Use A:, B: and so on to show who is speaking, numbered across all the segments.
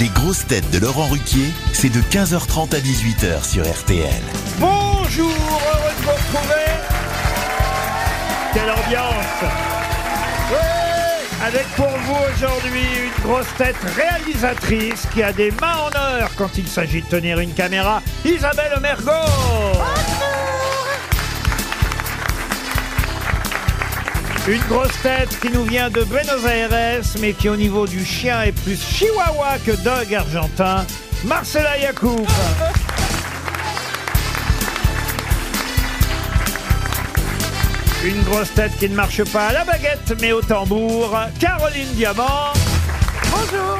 A: Les grosses têtes de Laurent Ruquier, c'est de 15h30 à 18h sur RTL.
B: Bonjour, heureux de vous retrouver. Quelle ambiance Ouais Avec pour vous aujourd'hui une grosse tête réalisatrice qui a des mains en or quand il s'agit de tenir une caméra, Isabelle Mergo. Une grosse tête qui nous vient de Buenos Aires, mais qui au niveau du chien est plus chihuahua que dog argentin, Marcela Yacoub. Une grosse tête qui ne marche pas à la baguette, mais au tambour, Caroline Diamant. Bonjour.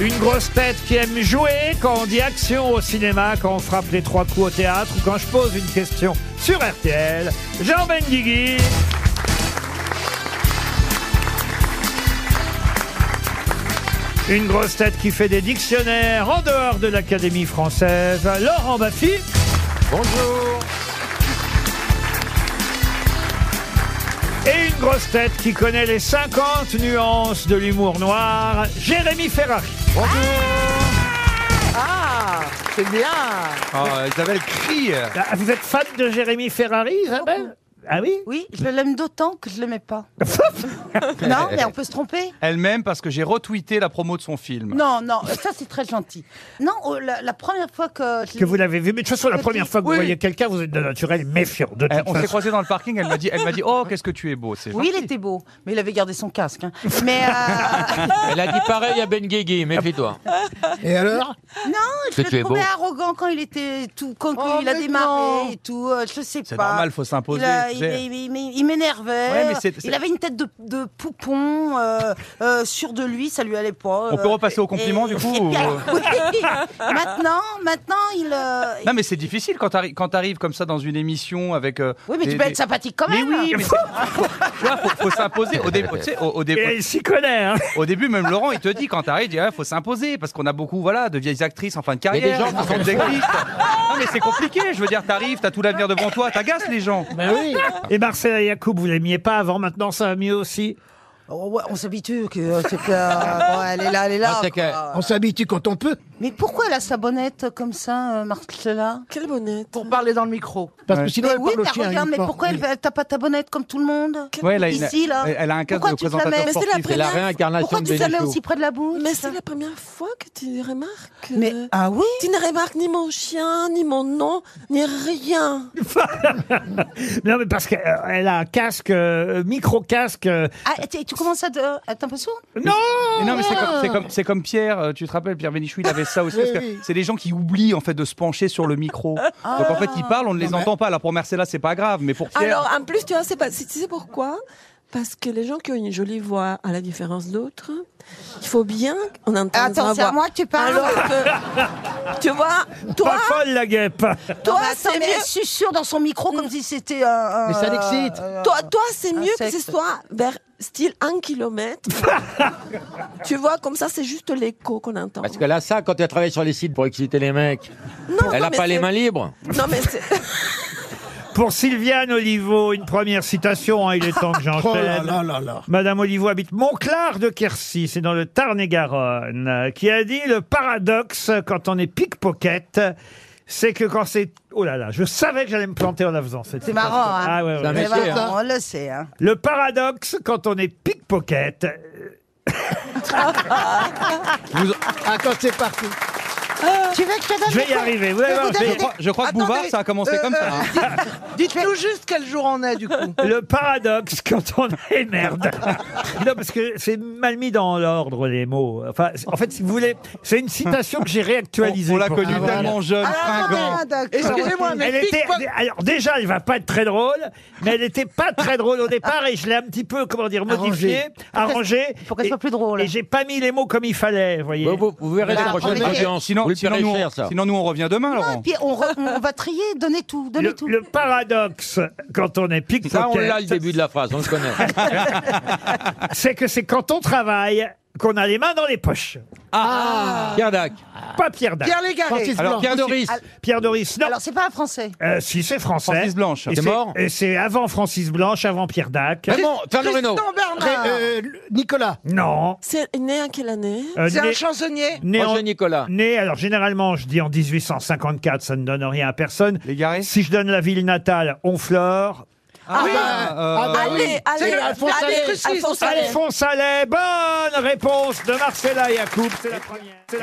B: Une grosse tête qui aime jouer quand on dit action au cinéma, quand on frappe les trois coups au théâtre ou quand je pose une question sur RTL, Jean Benguigui. Une grosse tête qui fait des dictionnaires en dehors de l'Académie française, Laurent Baffy. Bonjour. Et une grosse tête qui connaît les 50 nuances de l'humour noir, Jérémy Ferrari. Bonjour.
C: Ah, c'est bien.
D: Ah,
B: Isabelle crie. Ah, Vous êtes fan de Jérémy Ferrari, Isabelle Ah oui
E: Oui, je l'aime d'autant que je l'aimais pas. non, mais on peut se tromper.
D: Elle-même parce que j'ai retweeté la promo de son film.
E: Non, non, ça c'est très gentil. Non, oh, la, la première fois que je
D: Que
E: l'ai-
D: vous
B: l'avez vu, mais de toute façon, la première fois que vous
E: Oui. Eh,
B: voyez quelqu'un, vous êtes de naturel méfiant. De toute
D: Eh, on s'est
B: façon.
D: croisés dans le parking, elle m'a dit, elle m'a dit, oh qu'est-ce que tu es beau, c'est
E: Oui, il était beau, mais il avait gardé son casque. hein. Mais euh,
F: Elle a dit pareil à Ben Guigui, méfie-toi.
G: Et alors
E: non, je
F: Que tu
E: le
F: es
E: trouvais
F: beau.
E: arrogant quand il était tout, quand il a
G: mais
E: démarré
G: non.
E: et tout. euh, je sais pas.
D: Oh, C'est normal, faut s'imposer,
E: Il a-
D: tu
E: Il,
D: sais.
E: il- il- il m'énervait.
D: Ouais, mais c'est- c'est-
E: Il avait une tête de, de poupon euh, euh, sûr de lui, ça lui allait pas.
D: On peut
E: euh,
D: repasser aux compliments, du coup,
E: et puis,
D: ou- euh,
E: alors, oui. Maintenant, maintenant, il. euh,
D: Non mais c'est difficile quand t'arrives quand t'arrives comme ça dans une émission avec. euh,
E: Oui, mais
D: des-
E: tu peux
D: des-
E: être sympathique quand
D: Mais
E: même.
D: oui, mais c'est- tu vois, faut, faut s'imposer. Au, dé- tu sais, au, au dé-
B: Et il s'y connaît, hein.
D: au début, même Laurent, il te dit quand t'arrives, il dit, ah, faut s'imposer parce qu'on a beaucoup, voilà, de vieilles actrices en fin de
F: y a des
D: carrière.
F: gens qui
D: qui
F: sont
D: des actrices. Non mais c'est compliqué. Je veux dire, t'arrives, t'as tout l'avenir devant toi, t'agaces les gens.
G: Ben oui.
B: Et Marcela Yacoub, vous l'aimiez pas avant, maintenant ça va mieux aussi.
E: Oh, ouais, on s'habitue que euh, c'est que, euh, bon, elle est là, elle est là.
F: Ah, c'est
E: quoi.
G: On s'habitue quand on peut,
E: Mais pourquoi elle a sa bonnette comme ça, euh, Marcella
C: Quelle bonnette.
E: Pour parler dans le micro.
G: parce
D: Ouais.
G: que sinon elle
E: oui,
G: parle au
E: t'as
G: chien.
E: regarde, mais
G: uniquement.
E: pourquoi elle
G: Oui.
E: elle- t'as pas ta bonnette comme tout le monde
D: Ouais, elle a une-
E: Ici, là.
D: elle a un casque
E: Pourquoi
D: de
E: tu te la
D: présentateur
E: mets- Mais
C: c'est la
E: sportif.
F: C'est la
C: première-
F: réincarnation
E: Pourquoi
F: de
E: tu te la mets
F: Bénichou.
E: aussi près de la bouche
C: Mais c'est la première fois que tu remarques.
E: Mais-
C: euh,
E: ah oui
C: Tu ne remarques ni mon chien, ni mon nom, ni rien.
B: Non, mais parce qu'elle elle a un casque, euh, micro-casque. euh,
E: ah, tu, tu commences à te- à être un peu sourd
B: Non
D: Mais non, mais c'est comme, c'est comme, c'est comme Pierre, euh, tu te rappelles, Pierre Bénichou, il avait ça aussi. parce que
G: oui.
D: C'est des gens qui oublient en fait de se pencher sur le micro. Donc en fait, ils parlent, on ne les entend pas. Alors pour Marcella, c'est pas grave, mais pour Pierre.
C: Alors, en plus, tu vois, c'est pas, tu sais pourquoi Parce que les gens qui ont une jolie voix, à la différence d'autres, il faut bien qu'on entende
E: Attends,
C: leur
E: c'est à
C: voix.
E: moi que tu parles
C: Alors que, tu vois,
B: Pas
C: toi,
B: folle la guêpe
C: toi,
E: mais attends,
C: c'est
E: mais
C: mieux.
E: elle susurre dans son micro comme si c'était un. euh, un-
G: Mais ça l'excite.
E: un-
C: Toi, toi c'est
E: Un
C: mieux que
E: sexe.
C: ce soit vers style 1 km. tu vois, comme ça, c'est juste l'écho qu'on entend.
F: Parce qu'elle a ça quand elle travaille sur les sites pour exciter les mecs.
C: Non,
F: Elle
C: non,
F: a
C: mais
F: pas les
C: c'est-
F: mains libres.
C: Non, mais c'est.
B: Pour Sylviane Olivo, une première citation, hein, il est temps que
G: Oh là
B: j'enchaîne.
G: là là là.
B: Madame Olivo habite Montclar de Quercy, c'est dans le Tarn-et-Garonne, euh, qui a dit le paradoxe quand on est pickpocket, c'est que quand c'est... Oh là là, je savais que j'allais me planter en la faisant. cette
E: C'est
B: citation.
E: marrant, hein.
B: Ah, ouais, ouais.
F: un
E: Mais
F: métier,
E: voilà, On le sait. hein.
B: Le paradoxe quand on est pickpocket, euh,
G: Ah, quand c'est parti.
E: Tu veux que je te donne
B: je vais
E: le
B: y
E: coup
B: arriver, vous allez voir, je vais y
D: Je crois, je crois que
H: Attendez,
D: Bouvard, ça a commencé
H: euh,
D: comme ça. hein.
H: Dites-nous juste quel jour on est du coup.
B: Le paradoxe quand on est merde. Non, parce que c'est mal mis dans l'ordre, les mots. Enfin, c'est- en fait, si vous voulez, c'est une citation que j'ai réactualisée.
D: On, on l'a
B: pour-
D: connue
G: Ah, voilà.
D: tellement jeune, fringant.
H: Ah, d'accord. Excusez-moi, mais
B: Elle était,
H: pickpocket-
B: alors déjà, elle va pas être très drôle, mais elle était pas très drôle au départ et je l'ai un petit peu, comment dire, modifiée, arrangée.
E: Pour qu'elle
B: et-
E: soit plus drôle.
B: Et j'ai pas mis les mots comme il fallait, vous voyez.
F: Vous, vous- vous verrez
E: Voilà,
F: la prochaine
E: on est-
F: audience.
D: Sinon,
F: vous le
D: sinon,
F: paierez
D: nous, on-
F: cher, ça.
D: sinon, nous, on revient demain,
E: Non, et
D: Laurent.
E: puis Ah, on, re- on va trier, donnez tout, donnez
B: le,
E: tout.
B: le paradoxe quand on est pickpocket,
F: Ça, on l'a le début de la phrase, on le connaît.
B: c'est que c'est quand on travaille qu'on a les mains dans les poches.
D: Pierre Dac.
B: Pas Pierre Dac.
H: Pierre Légaré.
G: Francis
D: Alors
G: Blanc.
D: Pierre Doris.
B: Pierre Doris, non.
E: Alors, c'est pas un français.
B: Euh, si, c'est français.
D: Francis Blanche.
B: Et
D: C'est
B: c'est-
F: mort
B: Et c'est avant Francis Blanche, avant Pierre Dac.
F: Raymond, Fernand Reynaud.
H: Tristan Bernard.
G: Euh, Nicolas.
B: Non.
C: C'est né à quelle année
B: Euh,
H: C'est
B: né-
H: un chansonnier.
B: né en-
F: Roger Nicolas.
B: Né, alors généralement, je dis en 1854, ça ne donne rien à personne.
D: Légaré.
B: Si je donne la ville natale, Honfleur.
D: Ah,
G: oui.
D: euh,
G: Ah bah
C: Allez, allez,
G: C'est
C: allez,
G: Alphonse
H: Allais.
C: Alphonse Allais.
B: Alphonse Allais, bonne réponse de Marcella Yacoub. C'est la première. C'est la